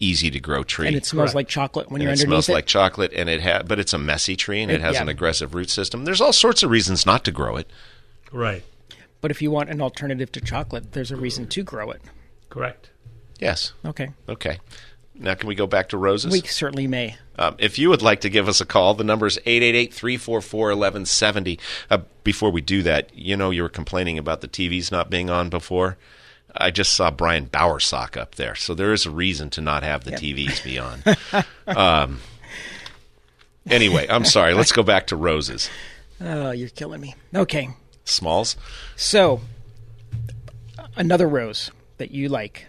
B: easy to grow tree,
C: and it smells like chocolate when
B: And
C: you're
B: it
C: underneath
B: smells
C: it.
B: like chocolate, and it ha- but it's a messy tree, and it,
C: It-
B: has
C: yeah.
B: an aggressive root system. There's all sorts of reasons not to grow it.
D: right,
C: but if you want an alternative to chocolate, there's a reason to grow it.
D: correct.
B: Yes.
C: Okay,
B: Okay. Now can we go back to roses?
C: we certainly may.
B: Um, if you would like to give us a call, the number is 888 344 1170. Uh, Before we do that, you know, you were complaining about the TVs not being on before. I just saw Brian Bowersock up there. So there is a reason to not have the TVs be on. um, anyway, I'm sorry. Let's go back to roses.
C: Oh, you're killing me. Okay,
B: Smalls.
C: So, another rose that you like.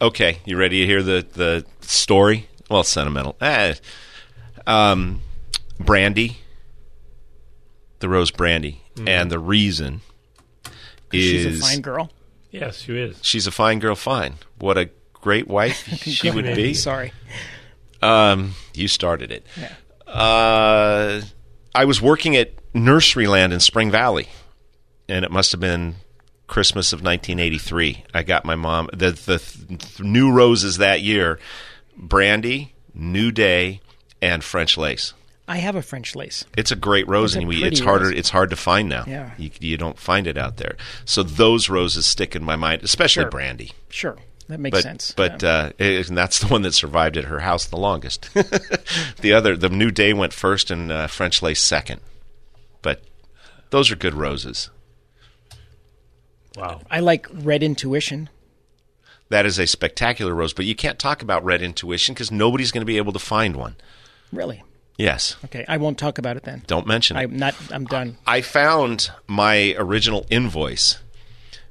B: Okay, you ready to hear the the story? Well, sentimental. Eh. Um, brandy, the rose brandy, and the reason is
C: Mm-hmm. She's a fine girl.
D: Yes, you is.
B: she's a fine girl. Fine, what a great wife she would be.
C: Sorry.
B: Um, you started it. Uh, I was working at Nurseryland in Spring Valley, and it must have been Christmas of 1983. I got my mom the the th- new roses that year: brandy, New Day, and French lace.
C: I have a French lace.
B: It's a great rose,
C: It's a
B: and we,
C: pretty
B: it's harder.
C: rose.
B: It's hard to find now.
C: Yeah.
B: you, you don't find it out there. So those roses stick in my mind, especially
C: Sure.
B: brandy.
C: Sure. That makes
B: But
C: sense.
B: but
C: Yeah.
B: uh, it- and that's the one that survived at her house the longest. the other, the new day went first, and uh, French lace second. But those are good roses.
D: Wow.
C: I like red intuition.
B: That is a spectacular rose, but you can't talk about red intuition because nobody's going to be able to find one.
C: Really?
B: Yes,
C: Okay. I won't talk about it then.
B: don't mention it.
C: I'm not. I'm done.
B: I found my original invoice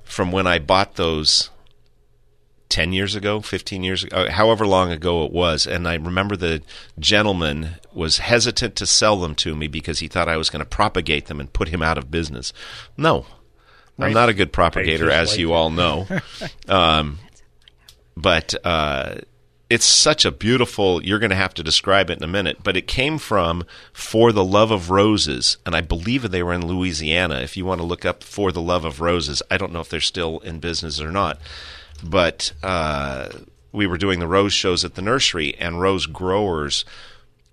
B: from when I bought those 10 years ago, 15 years ago, uh, however long ago it was. And I remember the gentleman was hesitant to sell them to me because he thought I was going to propagate them and put him out of business. No, I'm not a good propagator,
D: Right,
B: as
D: just like
B: you all know. um, but uh, it's such a beautiful, you're going to have to describe it in a minute, but it came from For the Love of Roses. And I believe they were in Louisiana. If you want to look up For the Love of Roses, I don't know if they're still in business or not. But uh, we were doing the rose shows at the nursery, and rose growers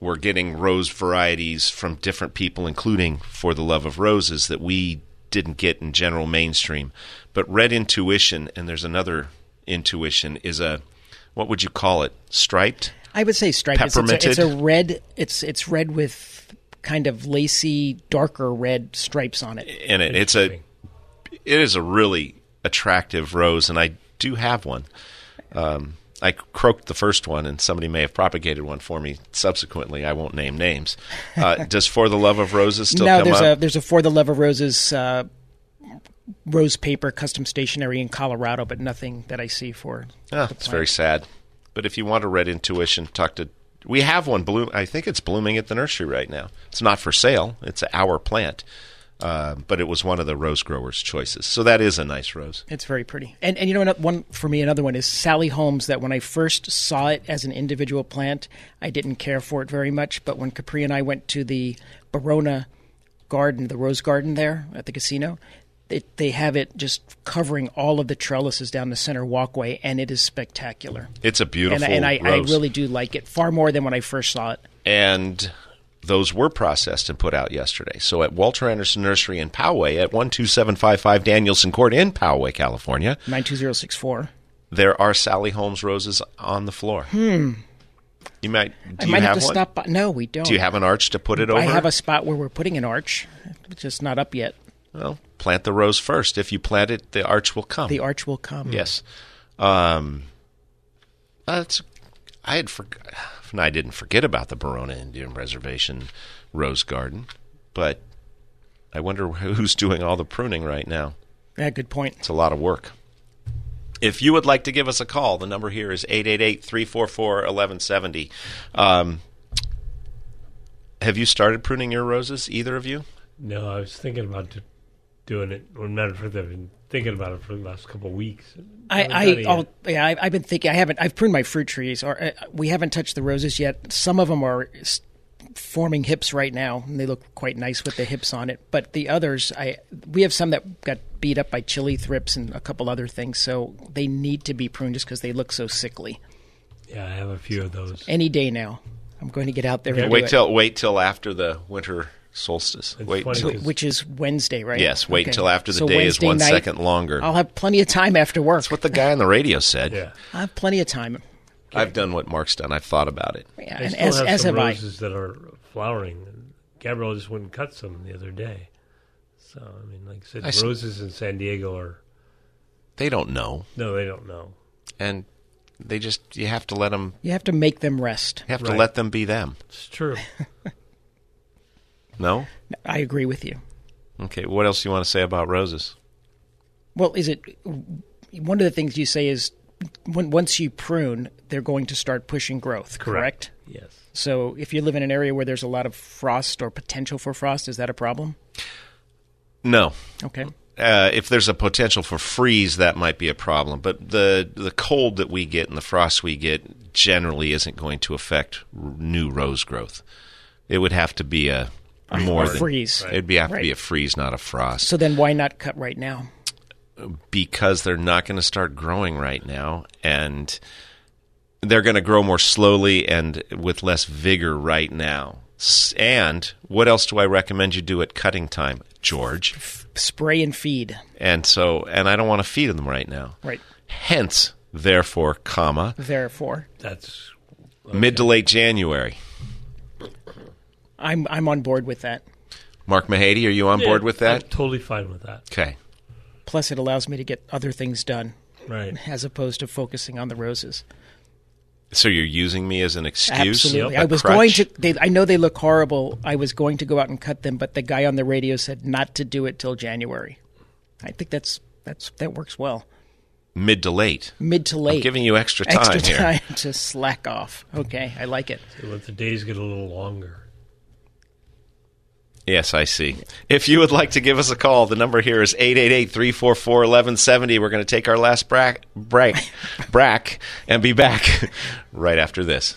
B: were getting rose varieties from different people, including For the Love of Roses, that we didn't get in general mainstream. But Red Intuition, and there's another intuition, is a what would you call it? Striped?
C: I would say striped. It's, it's, a, it's a
B: Pepperminted?
C: red. It's it's red with kind of lacy, darker red stripes on it.
B: And it, it's a it is a really attractive rose, and I do have one. Um, I croaked the first one, and somebody may have propagated one for me subsequently. I won't name names. Uh, does For the Love of Roses still
C: now
B: come
C: there's
B: up?
C: a there's a for the love of roses uh, rose paper custom stationery in Colorado, but nothing that I see for.
B: Ah, it's very sad. But if you want a red intuition, talk to. We have one bloom. I think it's blooming at the nursery right now. It's not for sale. It's our plant, uh, but it was one of the rose growers' choices. So that is a nice rose.
C: It's very pretty. And and you know another one for me another one is Sally Holmes that when I first saw it as an individual plant, I didn't care for it very much, but when Capri and I went to the Barona garden, the rose garden there at the casino, they, they have it just covering all of the trellises down the center walkway and it is spectacular.
B: It's a
C: And,
B: beautiful
C: I- and I, I
B: rose.
C: really do like it far more than when I first saw it.
B: and those were processed and put out yesterday. So at Walter Anderson Nursery in Poway at 12755 Danielson Court in Poway, California,
C: 92064.
B: there are Sally Holmes roses on the floor. You might do
C: I
B: you
C: might
B: have,
C: have to
B: one?
C: stop by. No, we don't.
B: Do you have an arch to put it over?
C: I have a spot where we're putting an arch. It's just not up yet.
B: Well, plant the rose first. If you plant it, the arch will come.
C: The arch will come.
B: yes. Um, that's. I had for, I didn't forget about the Barona Indian Reservation Rose Garden, but I wonder who's doing all the pruning right now.
C: Yeah, good point.
B: It's a lot of work. If you would like to give us a call, the number here is 888 344 1170. Um, Have you started pruning your roses, either of you?
D: No, I was thinking about do- doing it. Well, matter of fact, I've been thinking about it for the last couple of weeks. Haven't done
C: I,
D: it
C: I oh,
D: yet.
C: yeah, I, I've been thinking. I haven't. I've pruned my fruit trees, or uh, we haven't touched the roses yet. Some of them are s- forming hips right now, and they look quite nice with the hips on it. But the others, I we have some that got beat up by chili thrips and a couple other things, so they need to be pruned just because they look so sickly.
D: yeah, I have a few of those.
C: Any day now, I'm going to get out there and do
B: Wait
C: it,
B: till wait till after the winter solstice.
D: It's
B: wait
D: funny
B: till,
D: 'cause
C: which is Wednesday, right?
B: yes, wait
C: Okay.
B: till after the
C: So
B: day is
C: Wednesday
B: one
C: night,
B: second longer.
C: I'll have plenty of time after work.
B: That's what the guy on the radio said.
D: yeah,
C: I have plenty of time.
B: I've done what Mark's done. I've thought about it.
C: Yeah,
D: I
C: and
D: still
C: as
D: have
C: as
D: some
C: have I.
D: roses that are flowering. Gabrielle just went and cut some the other day. So I mean, like I said,
B: I s-
D: roses in San Diego are
B: They don't know,
D: no, they don't know.
B: and they just you have to let them.
C: You have to make them rest.
B: You have to
D: Right.
B: let them be them.
D: It's true.
B: No.
C: I agree with you.
B: Okay. What else do you want to say about roses?
C: Well, is it one of the things you say is when, once you prune, they're going to start pushing growth, correct?
D: Yes.
C: So if you live in an area where there's a lot of frost or potential for frost, is that a problem?
B: No.
C: Okay.
B: Uh, if there's a potential for freeze, that might be a problem. But the the cold that we get and the frost we get generally isn't going to affect r- new rose growth. It would have to be a more than
C: freeze. Right.
B: It'd be have to be
C: Right.
B: a freeze, not a frost,
C: So then why not cut right now?
B: because they're not going to start growing right now, and they're going to grow more slowly and with less vigor right now. S- And what else do I recommend you do at cutting time, George?
C: Spray and feed.
B: and so and I don't want to feed them right now.
C: Right.
B: Hence, therefore, comma
C: Therefore,
D: That's
B: mid to late January.
C: I'm I'm on board with that.
B: Mark Mahady, are you on board with that?
D: I'm totally fine with that.
B: Okay.
C: Plus, it allows me to get other things done
D: Right.
C: as opposed to focusing on the roses.
B: So you're using me as an excuse?
C: Absolutely.
B: A
C: I was
B: crutch?
C: going to. They, I know they look horrible. I was going to go out and cut them, but the guy on the radio said not to do it till January. I think that's that's that works well.
B: mid to late.
C: Mid to late.
B: I'm giving you extra time
C: extra
B: here.
C: time to slack off. Okay, I like it.
D: So let the days get a little longer.
B: Yes, I see. If you would like to give us a call, the number here is 888-344-1170. We're going to take our last brack break brack and be back right after this.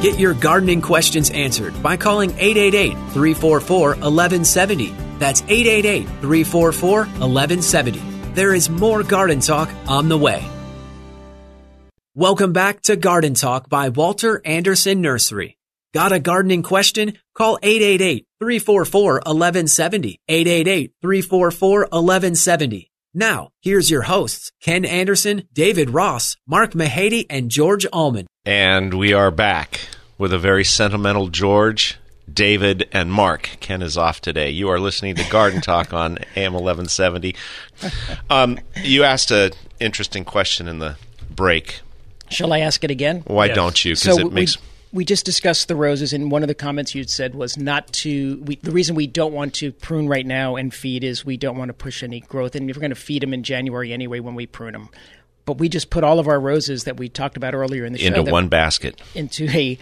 E: Get your gardening questions answered by calling 888 344 1170. That's 888 344 1170. There is more garden talk on the way. Welcome back to Garden Talk by Walter Anderson Nursery. Got a gardening question? Call 888-344-1170. 888-344-1170. Now, here's your hosts, Ken Anderson, David Ross, Mark Mahady, and George Allman.
B: And we are back with a very sentimental George, David, and Mark. Ken is off today. You are listening to Garden Talk on AM 1170. Um, you asked an interesting question in the break.
C: Shall I ask it again?
B: Why
D: Yes.
B: don't you? Because it
C: we,
B: makes.
C: we just discussed the roses, and one of the comments you'd said was not to. We, the reason we don't want to prune right now and feed is we don't want to push any growth, and if we're going to feed them in January anyway when we prune them. But we just put all of our roses that we talked about earlier in the show
B: into
C: that-
B: one basket.
C: into a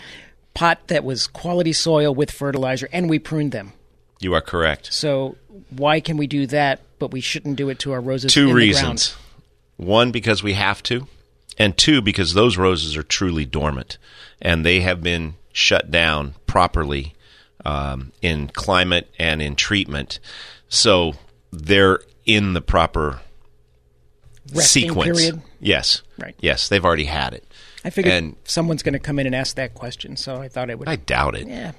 C: pot that was quality soil with fertilizer, and we pruned them.
B: You are correct.
C: So why can we do that? But we shouldn't do it to our roses. in
B: Two
C: the
B: reasons.
C: ground?
B: One, because we have to, and two, because those roses are truly dormant and they have been shut down properly um, in climate and in treatment. So they're in the proper
C: Resting
B: sequence.
C: period.
B: Yes.
C: Right.
B: Yes, they've already had it.
C: I figured
B: And-
C: someone's going to come in and ask that question, so I thought I would.
B: I doubt it.
C: yeah.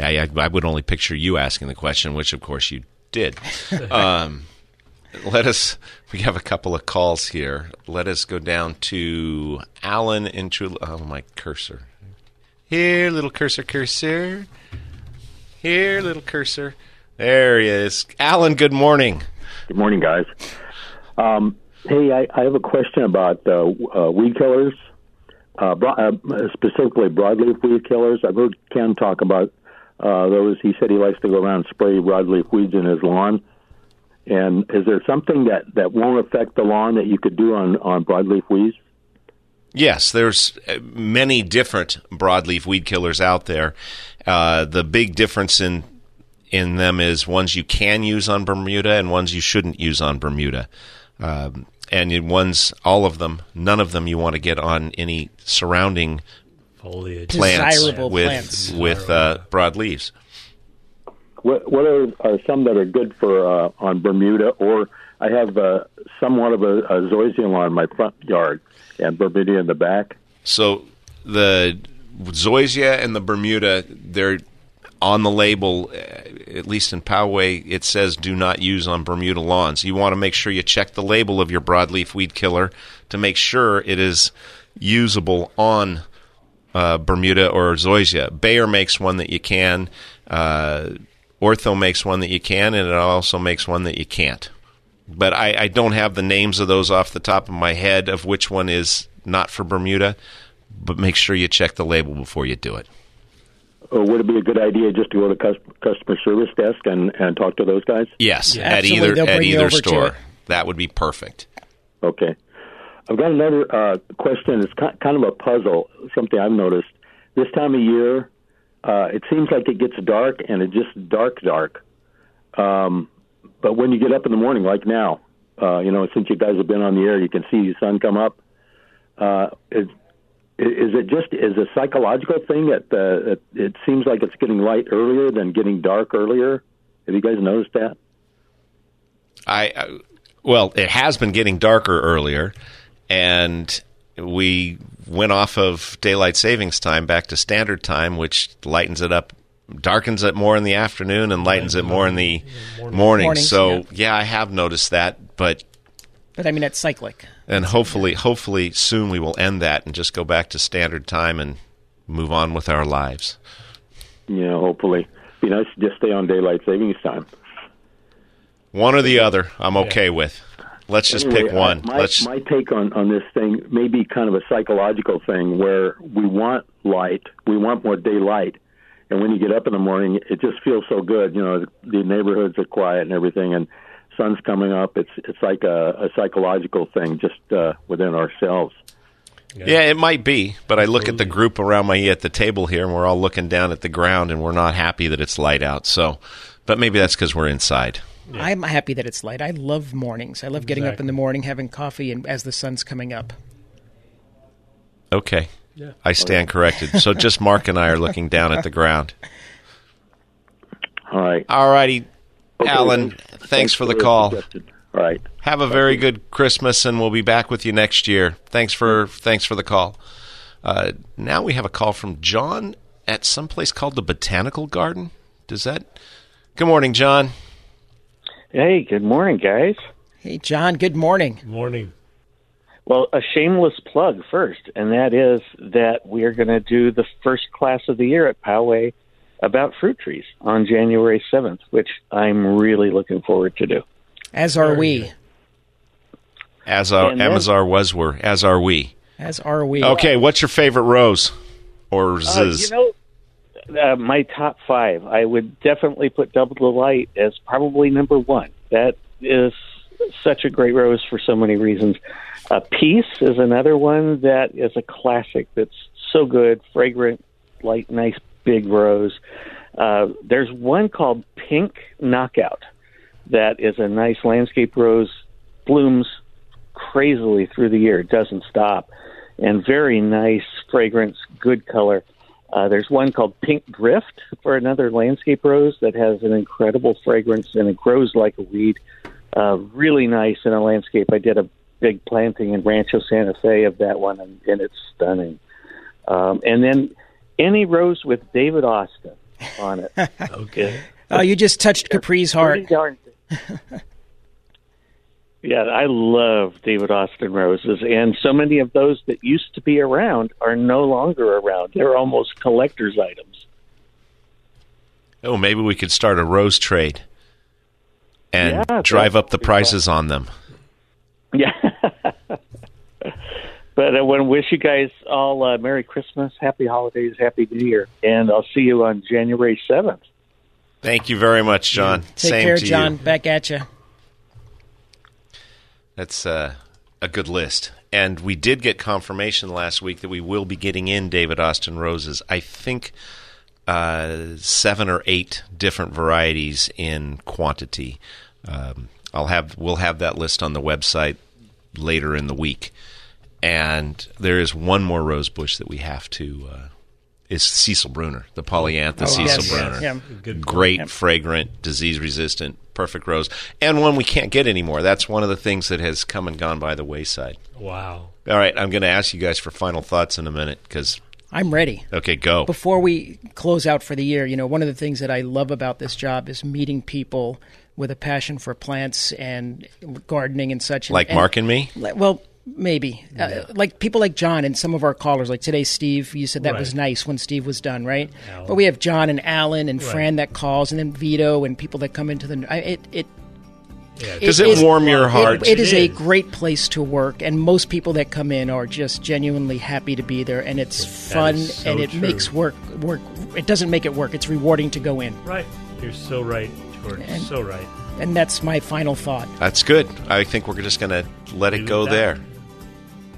B: I, I, I would only picture you asking the question, which of course you did. um, let us. We have a couple of calls here. Let us go down to Alan in True. Oh my cursor! Here, little cursor, cursor. Here, little cursor. There he is, Alan. Good morning.
G: Good morning, guys. Um, hey, I, I have a question about uh, w- uh, weed killers, uh, bro- uh, specifically broadleaf weed killers. I've heard Ken talk about uh, those. He said he likes to go around and spray broadleaf weeds in his lawn. And is there something that, that won't affect the lawn that you could do on, on broadleaf weeds?
B: Yes, there's uh, many different broadleaf weed killers out there. Uh, the big difference in in them is ones you can use on Bermuda and ones you shouldn't use on Bermuda, um, and in ones all of them, none of them you want to get on any surrounding
D: Foliage.
B: plants
C: Desirable
B: with
C: plants.
B: with uh, broadleaves.
G: What, what are, are some that are good for uh, on Bermuda? Or I have uh, somewhat of a, a zoysia lawn in my front yard and Bermuda in the back.
B: So the Zoysia and the Bermuda, they're on the label, uh, at least in Poway, it says do not use on Bermuda lawns. You want to make sure you check the label of your broadleaf weed killer to make sure it is usable on uh, Bermuda or Zoysia. Bayer makes one that you can. Uh, Ortho makes one that you can, and it also makes one that you can't. But I, I don't have the names of those off the top of my head of which one is not for Bermuda. But make sure you check the label before you do it.
G: Or uh, would it be a good idea just to go to cus- customer service desk and, and talk to those guys?
B: Yes,
C: Yeah,
B: at
C: absolutely.
B: either
C: They'll
B: at
C: bring you
B: either
C: over to
B: store.
C: it.
B: That would be perfect.
G: Okay. I've got another uh, question. It's ki- kind of a puzzle, something I've noticed. This time of year, uh, it seems like it gets dark and it just dark, dark. Um, but when you get up in the morning, like now, uh, you know, since you guys have been on the air, you can see the sun come up. Uh, is, is it just is it a psychological thing that uh, it, it seems like it's getting light earlier than getting dark earlier? Have you guys noticed that?
B: I, I well, it has been getting darker earlier, and we went off of daylight savings time back to standard time, which lightens it up, darkens it more in the afternoon, and lightens it more in the morning.
C: Mornings,
B: so
C: yeah.
B: yeah, I have noticed that, but
C: But I mean, it's cyclic.
B: and hopefully, hopefully soon we will end that and just go back to standard time and move on with our lives.
G: Yeah, hopefully. Be nice to just stay on daylight savings time.
B: One or the other, I'm okay with. Let's just
G: Anyway,
B: pick one.
G: I- My,
B: Let's
G: my take on, on this thing may be kind of a psychological thing where we want light, we want more daylight. And when you get up in the morning, it just feels so good. You know, the, the neighborhoods are quiet and everything, and sun's coming up. It's it's like a, a psychological thing just uh, within ourselves.
B: Yeah, it might be, but I look at the group around my at the table here, and we're all looking down at the ground, and we're not happy that it's light out. So, but maybe that's because we're inside.
C: I'm happy that it's light. I love mornings. I love getting up in the morning, having coffee, and as the sun's coming up.
B: Okay, I stand corrected. So just Mark and I are looking down at the ground.
G: All right.
B: All righty,
G: Okay,
B: Alan. Thanks, for the call.
G: suggestion. All right.
B: Have a very good Christmas, and we'll be back with you next year. Thanks for thanks for the call. Uh, now we have a call from John at some place called the Botanical Garden. Does that? Good morning, John.
H: Hey, good morning, guys.
C: Hey, John. Good morning.
D: Morning.
H: Well, a shameless plug first, and that is that we are going to do the first class of the year at Poway about fruit trees on January 7th, which I'm really looking forward to do.
C: As are we.
B: As our
H: And then-
B: Amazar was were, as are we.
C: As are we.
B: Okay, what's your favorite rose or
H: Uh,
B: ziz?
H: you know, uh, my top five, I would definitely put Double Delight as probably number one. That is such a great rose for so many reasons. Uh, Peace is another one that is a classic that's so good, fragrant, light, nice, big rose. Uh, there's one called Pink Knockout that is a nice landscape rose, blooms crazily through the year, it doesn't stop, and very nice fragrance, good color. Uh, there's one called Pink Drift for another landscape rose that has an incredible fragrance and it grows like a weed. Uh, really nice in a landscape. I did a big planting in Rancho Santa Fe of that one, and, and it's stunning. Um, and then any rose with David Austin on it. okay.
C: Oh, you just touched Capri's heart.
H: Pretty darn good. yeah, I love David Austin roses, and so many of those that used to be around are no longer around. They're almost collector's items.
B: oh, maybe we could start a rose trade and
H: Yeah,
B: drive
H: that
B: up the prices on them.
H: Yeah. but I want to wish you guys all uh, Merry Christmas, Happy Holidays, Happy New Year, and I'll see you on January 7th.
B: Thank you very much, John.
C: Take
B: Same
C: care,
B: to
C: John.
B: you.
C: Back at you.
B: That's uh, a good list. And we did get confirmation last week that we will be getting in David Austin roses. I think uh, seven or eight different varieties in quantity. Um, I'll have we'll have that list on the website later in the week. And there is one more rose bush that we have to uh, is Cecil Bruner, the polyantha Cecil
C: Oh, yes,
B: Bruner.
C: yeah.
D: Good
B: Great, fragrant, disease resistant, perfect rose, and one we can't get anymore. That's one of the things that has come and gone by the wayside.
D: Wow.
B: All right, I'm going to ask you guys for final thoughts in a minute because
C: I'm ready.
B: okay, go.
C: Before we close out for the year, you know, one of the things that I love about this job is meeting people with a passion for plants and gardening and such.
B: Like
C: and,
B: Mark and me.
C: Le- Well, Maybe. Uh, like people like John and some of our callers, like today, Steve, you said that was
D: Right.
C: nice when Steve was done, right?
D: Alan.
C: But we have John and Alan and
D: Right.
C: Fran that calls, and then Vito and people that come into the. I- It, it,
D: Yeah.
B: Does it
C: is-
B: warm your heart?
C: it is,
D: It
C: a
D: is.
C: great place to work, and most people that come in are just genuinely happy to be there, and it's fun,
D: is so
C: and it
D: true.
C: makes work work. It doesn't make it work; it's rewarding to go in,
D: Right. You're so right, George. so right.
C: and that's my final thought.
B: That's good. I think we're just going to let it
D: Leave it
B: go
D: at that.
B: there.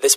E: This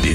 A: The